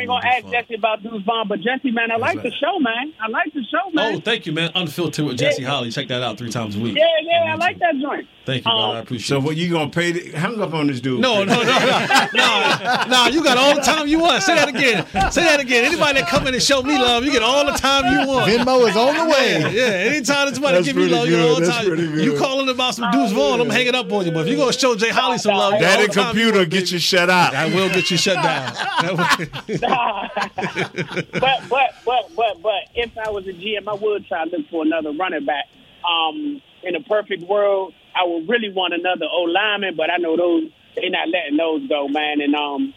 ain't gonna ask Jesse about Deuce Vaughn, but Jesse, man, I like
right.
the show, man. I like the show, man.
Oh, thank you, man. Unfiltered with Jesse Holly. Check that out three times a week.
yeah, yeah, I like that joint.
Thank you, brother. I appreciate
So what you gonna pay? The, hang up on this dude.
No, no, no, no, no, no. You got all the time you want. Say that again. Say that again. Anybody that come in and show me love, you get all the time you want.
Venmo is on the way.
Yeah, yeah. anytime somebody
That's
give me
pretty
love, you get all
good.
the
That's
time.
pretty good.
You calling about some Deuce Vaughn, I'm hanging up on you. But if you gonna show Jay Holly some love, you get
That
all
and
the time
computer get you shut out.
I will get you shut down.
[LAUGHS] but but but but but if I was a GM, I would try to look for another running back. Um, in a perfect world, I would really want another O lineman, but I know those they're not letting those go, man. And um,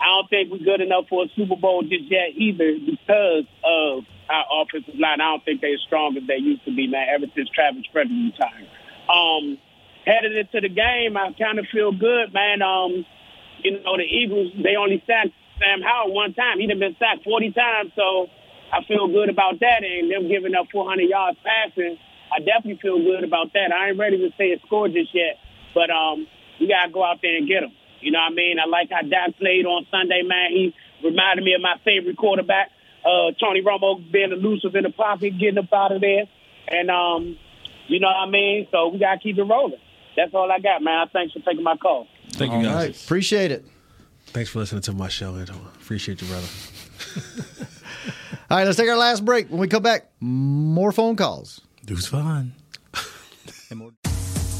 I don't think we're good enough for a Super Bowl just yet either because of our offensive line. I don't think they're as strong as they used to be, man, ever since Travis Frederick retired. Um, headed into the game, I kind of feel good, man. Um, you know, the Eagles, they only sacked Sam Howell one time. He'd have been sacked 40 times, so I feel good about that. And them giving up 400 yards passing, I definitely feel good about that. I ain't ready to say it scored just yet, but um, we got to go out there and get them. You know what I mean? I like how Dak played on Sunday, man. He reminded me of my favorite quarterback, uh, Tony Romo, being elusive in the pocket, getting up out of there. And, um, you know what I mean? So we got to keep it rolling. That's all I got, man. Thanks for taking my call.
Thank you,
All
guys.
right. Appreciate it.
Thanks for listening to my show, Antoine. Appreciate you, brother.
[LAUGHS] All right, let's take our last break. When we come back, more phone calls.
Deuce fun.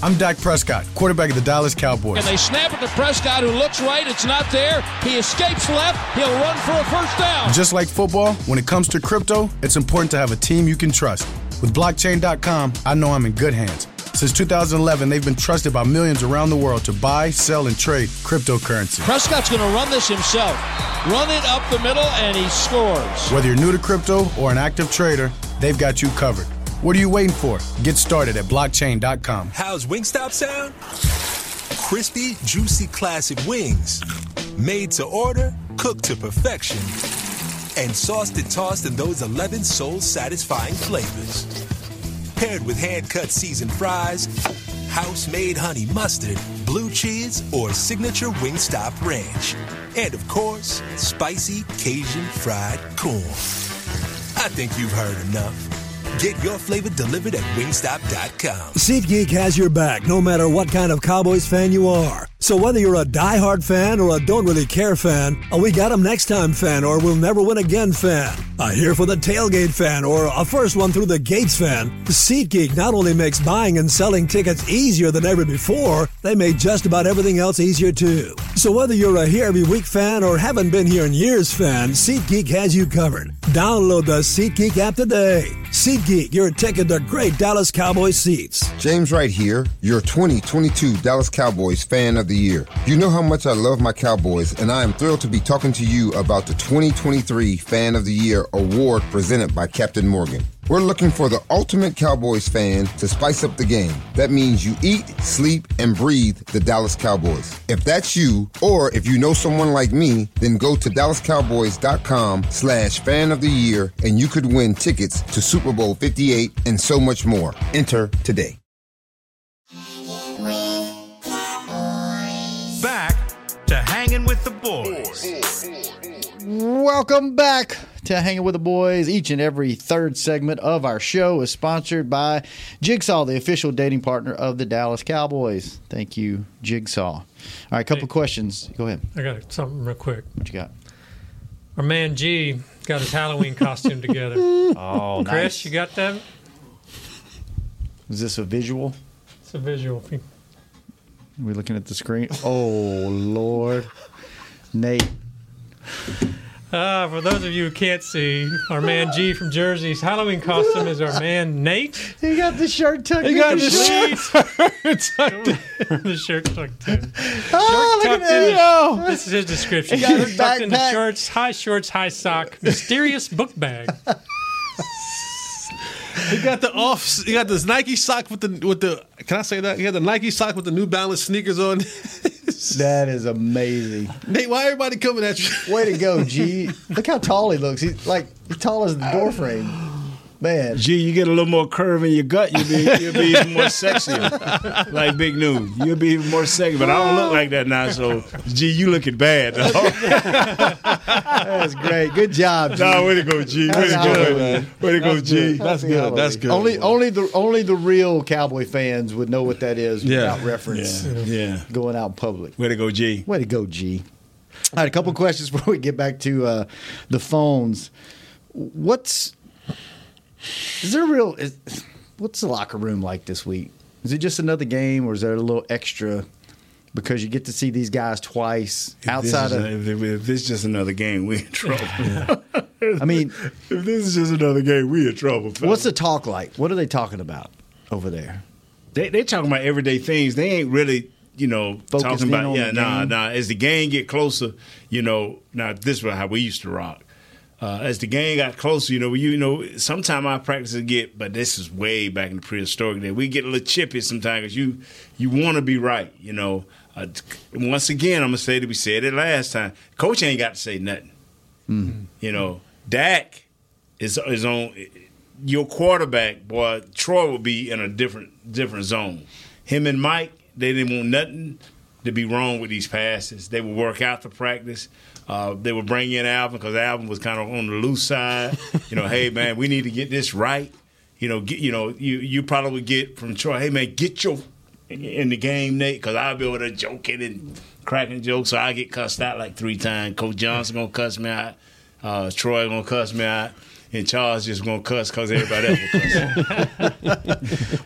I'm Dak Prescott, quarterback of the Dallas Cowboys.
And they snap it to Prescott, who looks right. It's not there. He escapes left. He'll run for a first down.
Just like football, when it comes to crypto, it's important to have a team you can trust. With blockchain.com, I know I'm in good hands. Since 2011, they've been trusted by millions around the world to buy, sell, and trade cryptocurrency.
Prescott's going to run this himself. Run it up the middle, and he scores.
Whether you're new to crypto or an active trader, they've got you covered. What are you waiting for? Get started at blockchain.com.
How's Wingstop sound? Crispy, juicy, classic wings. Made to order, cooked to perfection, and sauced and tossed in those 11 soul satisfying flavors. Paired with hand cut seasoned fries, house made honey mustard, blue cheese, or signature Wingstop ranch. And of course, spicy Cajun fried corn. I think you've heard enough. Get your flavor delivered at wingstop.com.
SeatGeek has your back no matter what kind of Cowboys fan you are. So whether you're a diehard fan or a don't really care fan, a we got 'em next time fan or we'll never win again fan, a here for the tailgate fan or a first one through the gates fan, SeatGeek not only makes buying and selling tickets easier than ever before, they made just about everything else easier too. So whether you're a here every week fan or haven't been here in years fan, SeatGeek has you covered. Download the SeatGeek app today. SeatGeek, your ticket to great Dallas Cowboys seats.
James Wright here, your 2022 Dallas Cowboys Fan of the Year. You know how much I love my Cowboys, and I am thrilled to be talking to you about the 2023 Fan of the Year award presented by Captain Morgan. We're looking for the ultimate Cowboys fan to spice up the game. That means you eat, sleep, and breathe the Dallas Cowboys. If that's you, or if you know someone like me, then go to DallasCowboys.com slash fan of the year and you could win tickets to Super Bowl 58 and so much more. Enter today.
Back to hanging with the boys.
Welcome back to Hanging with the Boys. Each and every third segment of our show is sponsored by Jigsaw, the official dating partner of the Dallas Cowboys. Thank you, Jigsaw. All right, a couple questions. Go ahead.
I got something real quick.
What you got?
Our man G got his Halloween costume together.
[LAUGHS] Oh,
Chris, you got that?
Is this a visual?
It's a visual.
Are we looking at the screen? Oh, Lord. Nate.
Uh, for those of you who can't see, our man G from Jersey's Halloween costume is our man Nate.
He got the shirt tucked
He
in
got
his
the
sleeve. [LAUGHS]
shirt. [LAUGHS] the shirt tucked in.
Oh,
Shirt
look at
tucked in
that.
the-
Yo.
This is his description.
He got
Shirt
his
tucked in the
backpack.
shorts, high shorts, high sock, mysterious book bag.
He got the off. He got this Nike sock with the with the. Can I say that? He had the Nike sock with the New Balance sneakers on. [LAUGHS]
That is amazing.
Nate, why everybody coming at
[LAUGHS]
you?
Way to go, G. Look how tall he looks. He's like as tall as the door frame. Man.
Gee, you get a little more curve in your gut, you'll be, you'll be even more sexier. like Big News. You'll be even more sexy. But I don't look like that now, so Gee, you looking bad.
That's great. [LAUGHS] Good job, G.
Nah, way to go, G. Way
That's
to
Halloween.
go, man. Way to go, G. That's good. That's good.
Only only the only the real cowboy fans would know what that is
Yeah.
without reference.
Yeah. Yeah.
Going out in public.
Way to go, G.
Way to go, G. All right, a couple questions before we get back to uh, the phones. What's is there real? Is, what's the locker room like this week? Is it just another game, or is there a little extra because you get to see these guys twice
If this is
outside of?
a- if, if this is just another game, we in trouble.
I mean,
[LAUGHS] if this is just another game, we in trouble. fella.
what's the talk like? What are they talking about over there?
They they talking about everyday things. They ain't really
you know,
Focused
talking
in
about
on
yeah,
the
nah,
game.
nah. As the game get closer, you know, now this was how we used to rock. Uh, as the game got closer, you know, we, you know, sometimes our practices get, but this is way back in the prehistoric day. We get a little chippy sometimes. 'cause You you want to be right, you know. Uh, once again, I'm gonna say that we said it last time. Coach ain't got to say nothing.
Hmm.
You know, Dak is is on your quarterback, boy. Troy would be in a different different zone. Him and Mike, they didn't want nothing to be wrong with these passes. They would work out the practice. Uh, they would bring in Alvin because Alvin was kind of on the loose side. You know, hey man, we need to get this right. You know, get, you know, you you probably would get from Troy, hey man, get your in the game, Nate, because I'll be over there joking and cracking jokes. So I get cussed out like three times. Coach Johnson gonna cuss me out. Uh, Troy gonna cuss me out. And Charles just gonna cuss because everybody else will cuss.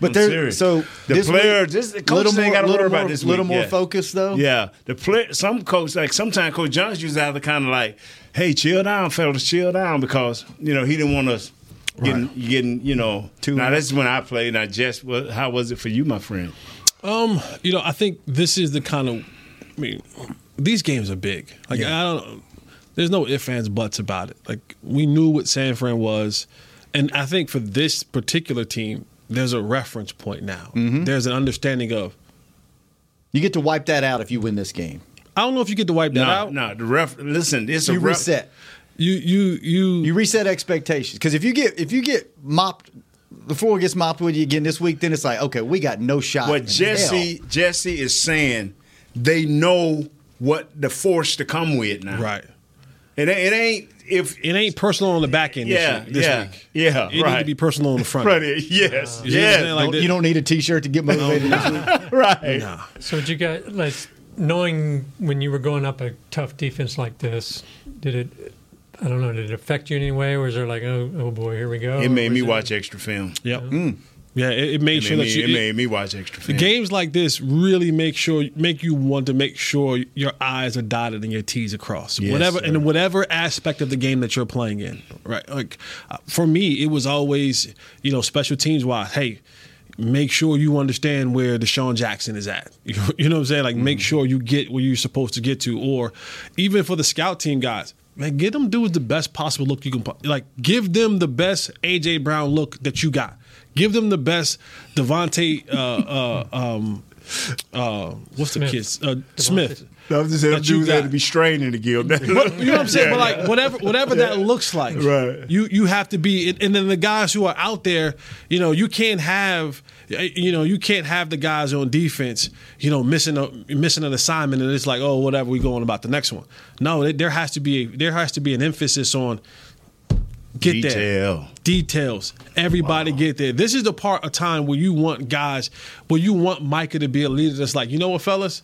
But
I'm
there,
serious.
so
the
this
player,
week,
this the coach
little
ain't
more-
got to
little
worry
more-
about this week.
Little more
yeah.
focus though.
Yeah, the player. Some coach like sometimes Coach Johnson used to have to kind of like, "Hey, chill down, fellas, chill down," because you know he didn't want us getting getting you know. Too now that's when I played. Now, Jess, what, how was it for you, my friend?
Um, you know, I think this is the kind of. I mean, these games are big. Like I don't. There's no ifs, ands, buts about it. Like we knew what San Fran was, and I think for this particular team, there's a reference point now. There's an understanding of.
Mm-hmm. You get to wipe that out if you win this game.
I don't know if you get to wipe that
No,
out.
no. The ref. Listen, it's
you
a ref.
reset.
You you you
you reset expectations because if you get if you get mopped. The floor gets mopped with you again this week, then it's like, okay, we got no shot.
What
in
Jesse Jesse is saying, they know what the force to come with now.
Right.
It, ain't- it ain't if
it ain't personal on the back end. this
Yeah,
week- this
yeah,
week.
yeah,
It need to
right.
be personal on the front.
[LAUGHS] Right,
end.
yes,
You see what I'm
yes.
saying? Like
Don't-
the-
you don't need a T-shirt to get motivated. this week.
[LAUGHS] right.
So did you guys, like, knowing when you were going up a tough defense like this, did it? I don't know. Did it affect you in any way? Or was there like, oh, oh boy, here we go?
It made
Or
me
was
watch extra film. Mm.
Yep. Mm. Yeah, it, it made
It
sure
made
that
me-
you
it made me watch extra
The games like this really make sure make you want to make sure your I's are dotted and your T's are crossed.
Yes,
whatever
sir.
in whatever aspect of the game that you're playing in, right? Like uh, for me, it was always you know special teams wise. Hey. Make sure you understand where Deshaun Jackson is at. [LAUGHS] You know, you know what I'm saying? Like,
Mm-hmm.
make sure you get where you're supposed to get to. Or even for the scout team guys, man, get them dudes the best possible look you can. po- Like, give them the best AJ Brown look that you got. Give them the best Devontae. Uh, uh, um, uh, what's the
Smith.
kid's uh, Smith?
I was just saying, them
That you
dudes had
got.
to be straining to give [LAUGHS] that.
What- you know what I'm saying? But
Yeah.
like whatever, whatever that
Yeah.
looks like,
Right.
You you have to be, and- and then the guys who are out there, you know, you can't have, you know, you can't have the guys on defense, you know, missing a missing an assignment, and it's like, oh, whatever, we going about the next one. No, there- there has to be there has to be an emphasis on get there.
Detail.
Details. Everybody get there. This is the part of time where you want guys, where you want Micah to be a leader that's like, you know what, fellas?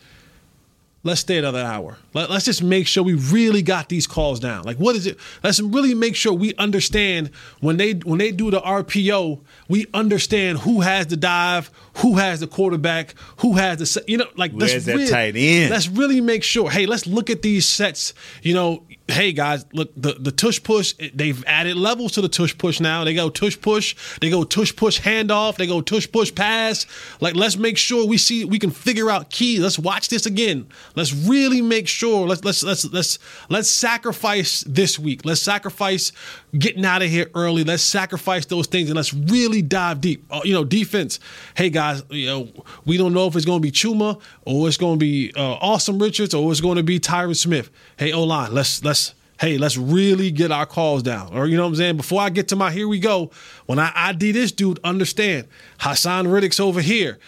Let's stay another hour. Let, us just make sure we really got these calls down. Like, what is it? Let's really make sure we understand when they when they do the RPO, we understand who has the dive, who has the quarterback, who has the se- you know like
Who
let's
has that
really-
tight end?
Let's really make sure. Hey, let's look at these sets. You know, hey guys, look the the tush push. They've added levels to the tush push now. They go tush push. They go tush push handoff. They go tush push pass. Like let's make sure we see we can figure out keys. Let's watch this again. Let's really make sure. Let's let's let's let's let's sacrifice this week. Let's sacrifice getting out of here early. Let's sacrifice those things and let's really dive deep. Uh, you know, defense. Hey guys, you know we don't know if it's going to be Chuma or it's going to be uh, Awesome Richards or it's going to be Tyron Smith. Hey O line, let's let's hey let's really get our calls down. Or you know what I'm saying? Before I get to my here we go, when I ID this dude, understand Hassan Riddick's over here.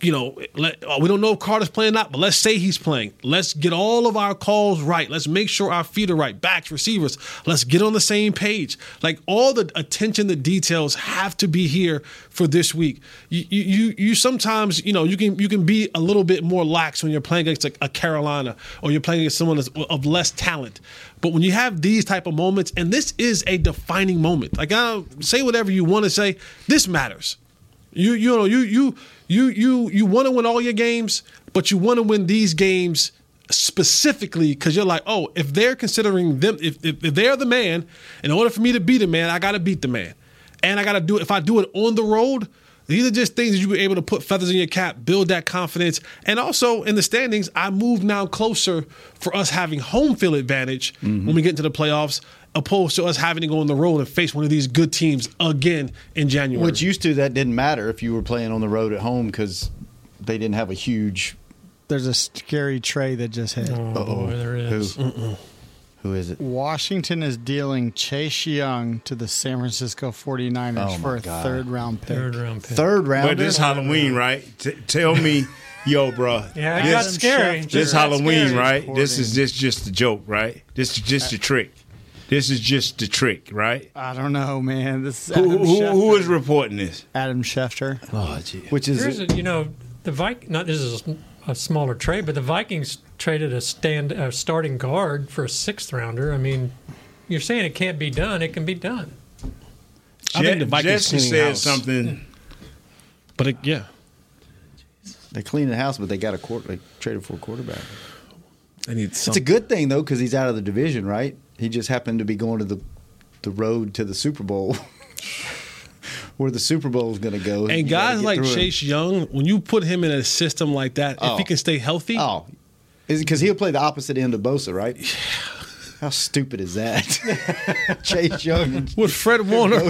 You know, let, uh, we don't know if Carter's playing or not, but let's say he's playing. Let's get all of our calls right. Let's make sure our feet are right. Backs, receivers. Let's get on the same page. Like all the attention, the details have to be here for this week. You, you, you, you sometimes, you know, you can you can be a little bit more lax when you're playing against a, a Carolina or you're playing against someone that's of less talent. But when you have these type of moments, and this is a defining moment. Like I say whatever you want to say, this matters. You you know you you you you you want to win all your games, but you want to win these games specifically because you're like, oh, if they're considering them, if, if if they're the man, in order for me to be the man, I got to beat the man, and I got to do it. If I do it on the road, These are just things that you were able to put feathers in your cap, build that confidence, and also in the standings, I move now closer for us having home field advantage when we get into the playoffs, opposed to us having to go on the road and face one of these good teams again in January.
Which used to that didn't matter if you were playing on the road at home because they didn't have a huge.
There's a scary tray that just hit. Oh,
boy, there is. Who? Who is it?
Washington is dealing Chase Young to the San Francisco 49ers
Oh, my
for a
God.
third round pick.
Third round
pick. Third rounder?
But this Halloween, right? T- tell me, yo, bro.
Yeah, it
this,
got scary.
This
It got
Halloween,
scary.
right? This is this just the joke, right? This is just the trick. This is just the trick, right?
I don't know, man. This is
Who,
Adam
who,
Schefter.
who is reporting this?
Adam Schefter.
Oh, gee. Which
Here's a, you know the Viking. Not this is a, sm- a smaller trade, but the Vikings traded a stand a starting guard for a sixth rounder. I mean, you're saying it can't be done. It can be done.
I think the Vikings
Jesse
cleaning
said
house.
something.
But it, yeah,
They cleaned the house, but they got a quarter. They traded for a quarterback.
I need.
It's a good thing though because he's out of the division, right? He just happened to be going to the the road to the Super Bowl, [LAUGHS] where the Super Bowl is going to go.
And
You gotta
guys
get
like
through him.
Chase Young, when you put him in a system like that, if he
Oh.
can stay healthy,
oh, because he'll play the opposite end of Bosa, right? How stupid is that? Chase Young
with
[LAUGHS]
Fred Warner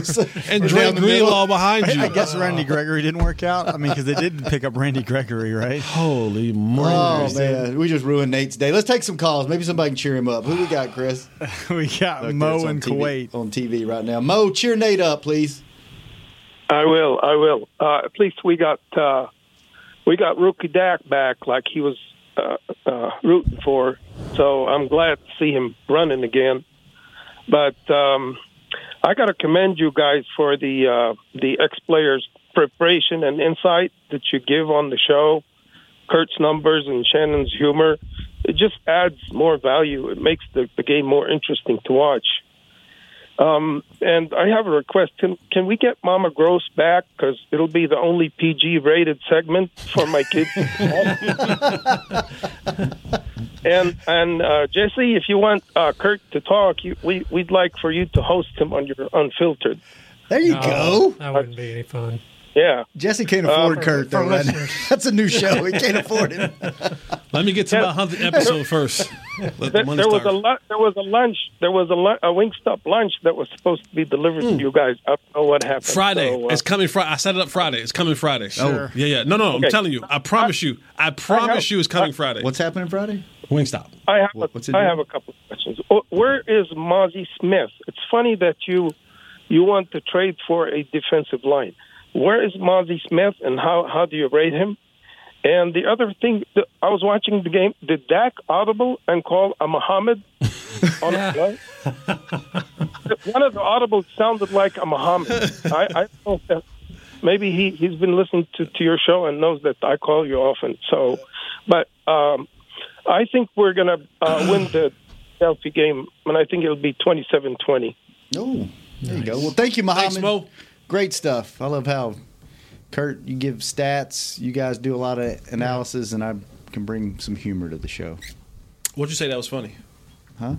and Dre Greenlaw behind you.
I guess Randy Gregory didn't work out. I mean, because they did pick up Randy
[LAUGHS]
Gregory, right?
Holy
Oh man, we just ruined Nate's day. Let's take some calls. Maybe somebody can cheer him up. Who we got, Chris?
[LAUGHS] we got Mo in
Kuwait on TV right now. Mo, cheer Nate up, please.
I will. I will. Uh, at least we got uh, we got rookie Dak back, like he was uh, uh, rooting for. So I'm glad to see him running again. But um, I got to commend you guys for the uh, the ex players' preparation and insight that you give on the show. Kurt's numbers and Shannon's humor. It just adds more value. It makes the, the game more interesting to watch. Um, and I have a request. Can, can we get Mama Gross back? Because it'll be the only PG rated segment for my kids. [LAUGHS] and and uh, Jesse, if you want uh, Kurt to talk, you, we, we'd like for you to host him on your Unfiltered.
There you go.
That wouldn't be any fun.
Yeah.
Jesse can't afford
Uh,
Kurt though.
for
right?
listeners.
[LAUGHS] That's a new show. He
[LAUGHS]
can't afford it.
[LAUGHS] Let me get to my
Yeah.
[LAUGHS]
hundredth episode first. Let the
There,
money
there was
start.
a lu- there was a lunch there was a, lu- a Wingstop lunch that was supposed to be delivered to you guys. I don't know what happened.
Hmm. Friday.
So, uh,
it's coming Friday. I set it up Friday. It's coming
Oh.
Friday.
Sure.
yeah, yeah. No, no. I'm
Okay.
telling you. I promise you. I promise you. It's coming Friday.
What's happening Friday?
Wingstop.
I have a,
it
I
do?
have a couple of questions. O- Where is Mozzie Smith? It's funny that you you want to trade for a defensive line. Where is Mozzie Smith, and how how do you rate him? And the other thing, the, I was watching the game. Did Dak audible and call a Muhammad on the play? One of the audibles sounded like a Muhammad. I, I don't know if that, maybe he he's been listening to, to your show and knows that I call you often. So, but um, I think we're going to uh, win the Delphi game, and I think it'll be 27-20.
No. There you go. Well, thank you, Muhammad. Great stuff. I love how Kurt, you give stats. You guys do a lot of analysis, and I can bring some humor to the
[LAUGHS]
show.
What'd you say? That was funny.
Huh?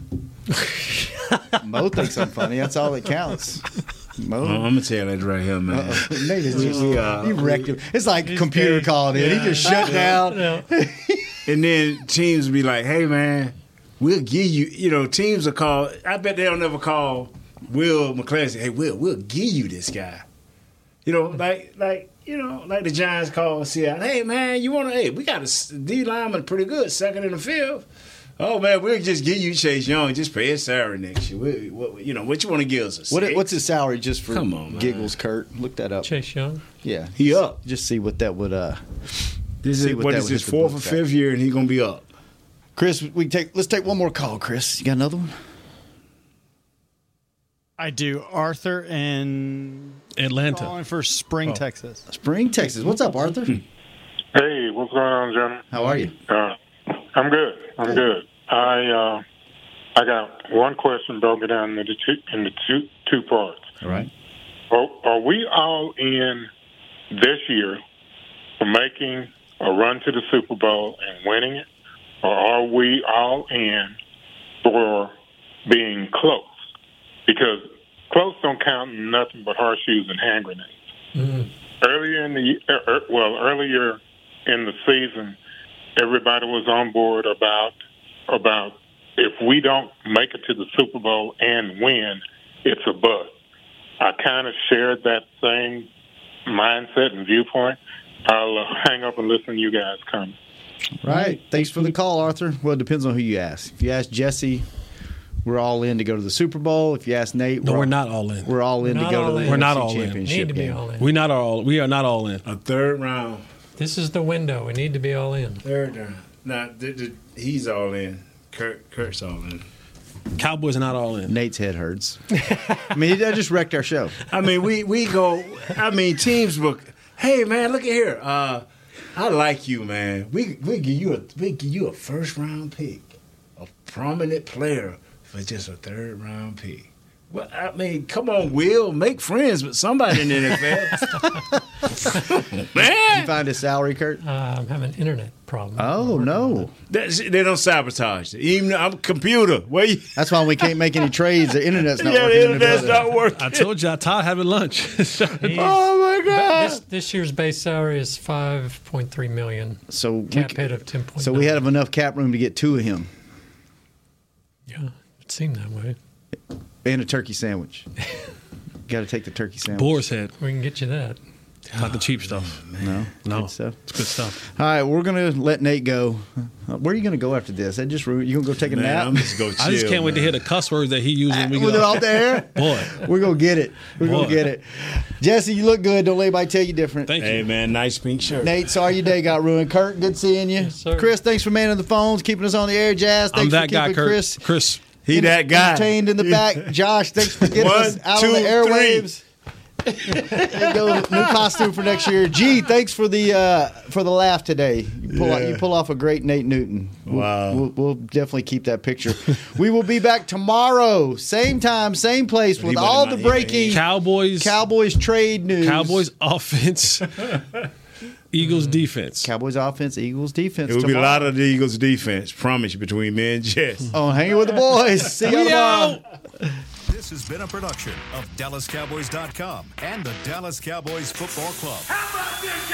Mo thinks I'm funny. That's all that counts. Mo.
I'm gonna Oh, tell you that right here, man.
Uh-oh. Nate is just,
We, uh,
he wrecked him. It's like computer calling in. He just shut down.
and then teams be like, "Hey, man, we'll give you." You know, teams will call. I bet they don't ever call Will McClary. Say, hey, Will, we'll give you this guy. You know, like like you know, like the Giants call Seattle. Hey, man, you want to? Hey, we got a s- D lineman pretty good, second and the fifth. Oh man, we'll just give you Chase Young. Just pay his salary next year. We, what, you know what you want to give us? a
What,
six?
what's his salary just for
Come on, man.
giggles, Kurt? Look that up.
Chase Young.
Yeah,
he up.
Just see what that would. uh
This
see
is what
that
is
would
his
hit the
fourth or
books at.
fifth year, and he's gonna be up.
Chris, we take. Let's take one more call. Chris, you got another one?
I do. Arthur in
Atlanta.
Calling for Spring,
Oh.
Texas.
Spring, Texas. What's up, Arthur?
Hmm.
Hey, what's going on, gentlemen?
How are you?
Uh, I'm good. I'm good. I uh, I got one question broken down into two, into two, two parts.
All right.
Are, are we all in this year for making a run to the Super Bowl and winning it, or are we all in for being close? Because close don't count in nothing but horseshoes and hand grenades. earlier in the er, er, well earlier in the season, everybody was on board about about if we don't make it to the Super Bowl and win, it's a bust. I kind of shared that same mindset and viewpoint. I'll uh, [LAUGHS] hang up and listen to you guys come.
Right. Thanks for the call, Arthur. Well, it depends on who you ask. If you ask Jesse, we're all in to go to the Super Bowl. If you ask Nate,
No, we're
all-
not all in.
We're all in to go to the
We're not
NFC
all in.
championship game.
We're not all. We are not all in.
A third round.
This is the window. We need to be all in.
Third down. Nah, th- th- he's all in. Kurt, Kurt's all in.
Cowboys not all in.
Nate's head
[LAUGHS]
hurts. I mean, that just wrecked our show.
I mean, we we go. I mean, teams were. Hey, man, look at here. Uh, I like you, man. We we give you a we give you a first round pick, a prominent player for just a third round pick. Well, I mean, come on, Will, make friends with somebody in the
[LAUGHS]
NFL. man,
you find a salary, Kurt?
Uh, I'm having internet problem.
Oh no,
That's, they don't sabotage it. Even though I'm a computer. Where you?
That's why we can't
[LAUGHS]
make any trades. The internet's not
Yeah, the
working. in
internet's
building.
not working.
I told you, I Todd having lunch. [LAUGHS]
oh my
god! This, this year's base salary is five point three million.
So we
cap
c-
hit of ten point.
So we have enough cap room to get two of him
Yeah, it seemed that way.
and a turkey
[LAUGHS]
sandwich. Got to take the turkey sandwich.
Boar's head.
We can get you that.
[SIGHS]
Not the cheap stuff.
No,
no,
Good stuff.
it's good stuff.
All right, we're gonna let Nate go. Uh, Where are you gonna go after this? I just ru- you gonna go take a
Man,
nap? Ah,
I'm just
[LAUGHS]
go
I just can't wait to hear the cuss words that he used when we
When
get
they're out there,
[LAUGHS] Boy,
We're gonna get it. We're
Boy.
gonna get it. Jesse, you look good. Don't let anybody tell you different.
Thank
Hey, man, nice pink shirt.
Nate, sorry your day got ruined. Kurt, good seeing you. Chris, thanks for manning the phones, keeping us on the air. Jazz,
I'm
thanks for
that
keeping
guy, Kurt.
Chris.
Chris,
He
en-
that guy.
Entertained
[LAUGHS]
in the back. Josh, thanks for getting us
One,
out
two,
of the
three.
airwaves. There goes new costume for next year. G, thanks for the uh, for the laugh today. You pull, out,
Yeah.
you pull off a great Nate Newton. We'll,
Wow.
We'll, we'll definitely keep that picture. we will be back tomorrow, same time, same place, with
Anybody
all
might
the
hit me.
breaking
Cowboys
Cowboys trade news.
Cowboys
[LAUGHS]
offense, Eagles defense.
Cowboys offense, Eagles defense.
It will be a
tomorrow.
lot of the Eagles defense, promise you, between me and Jess.
Oh, hanging with the [LAUGHS] boys. See you
We
tomorrow.
This has been a production of DallasCowboys.com and the Dallas Cowboys Football Club.
How about this,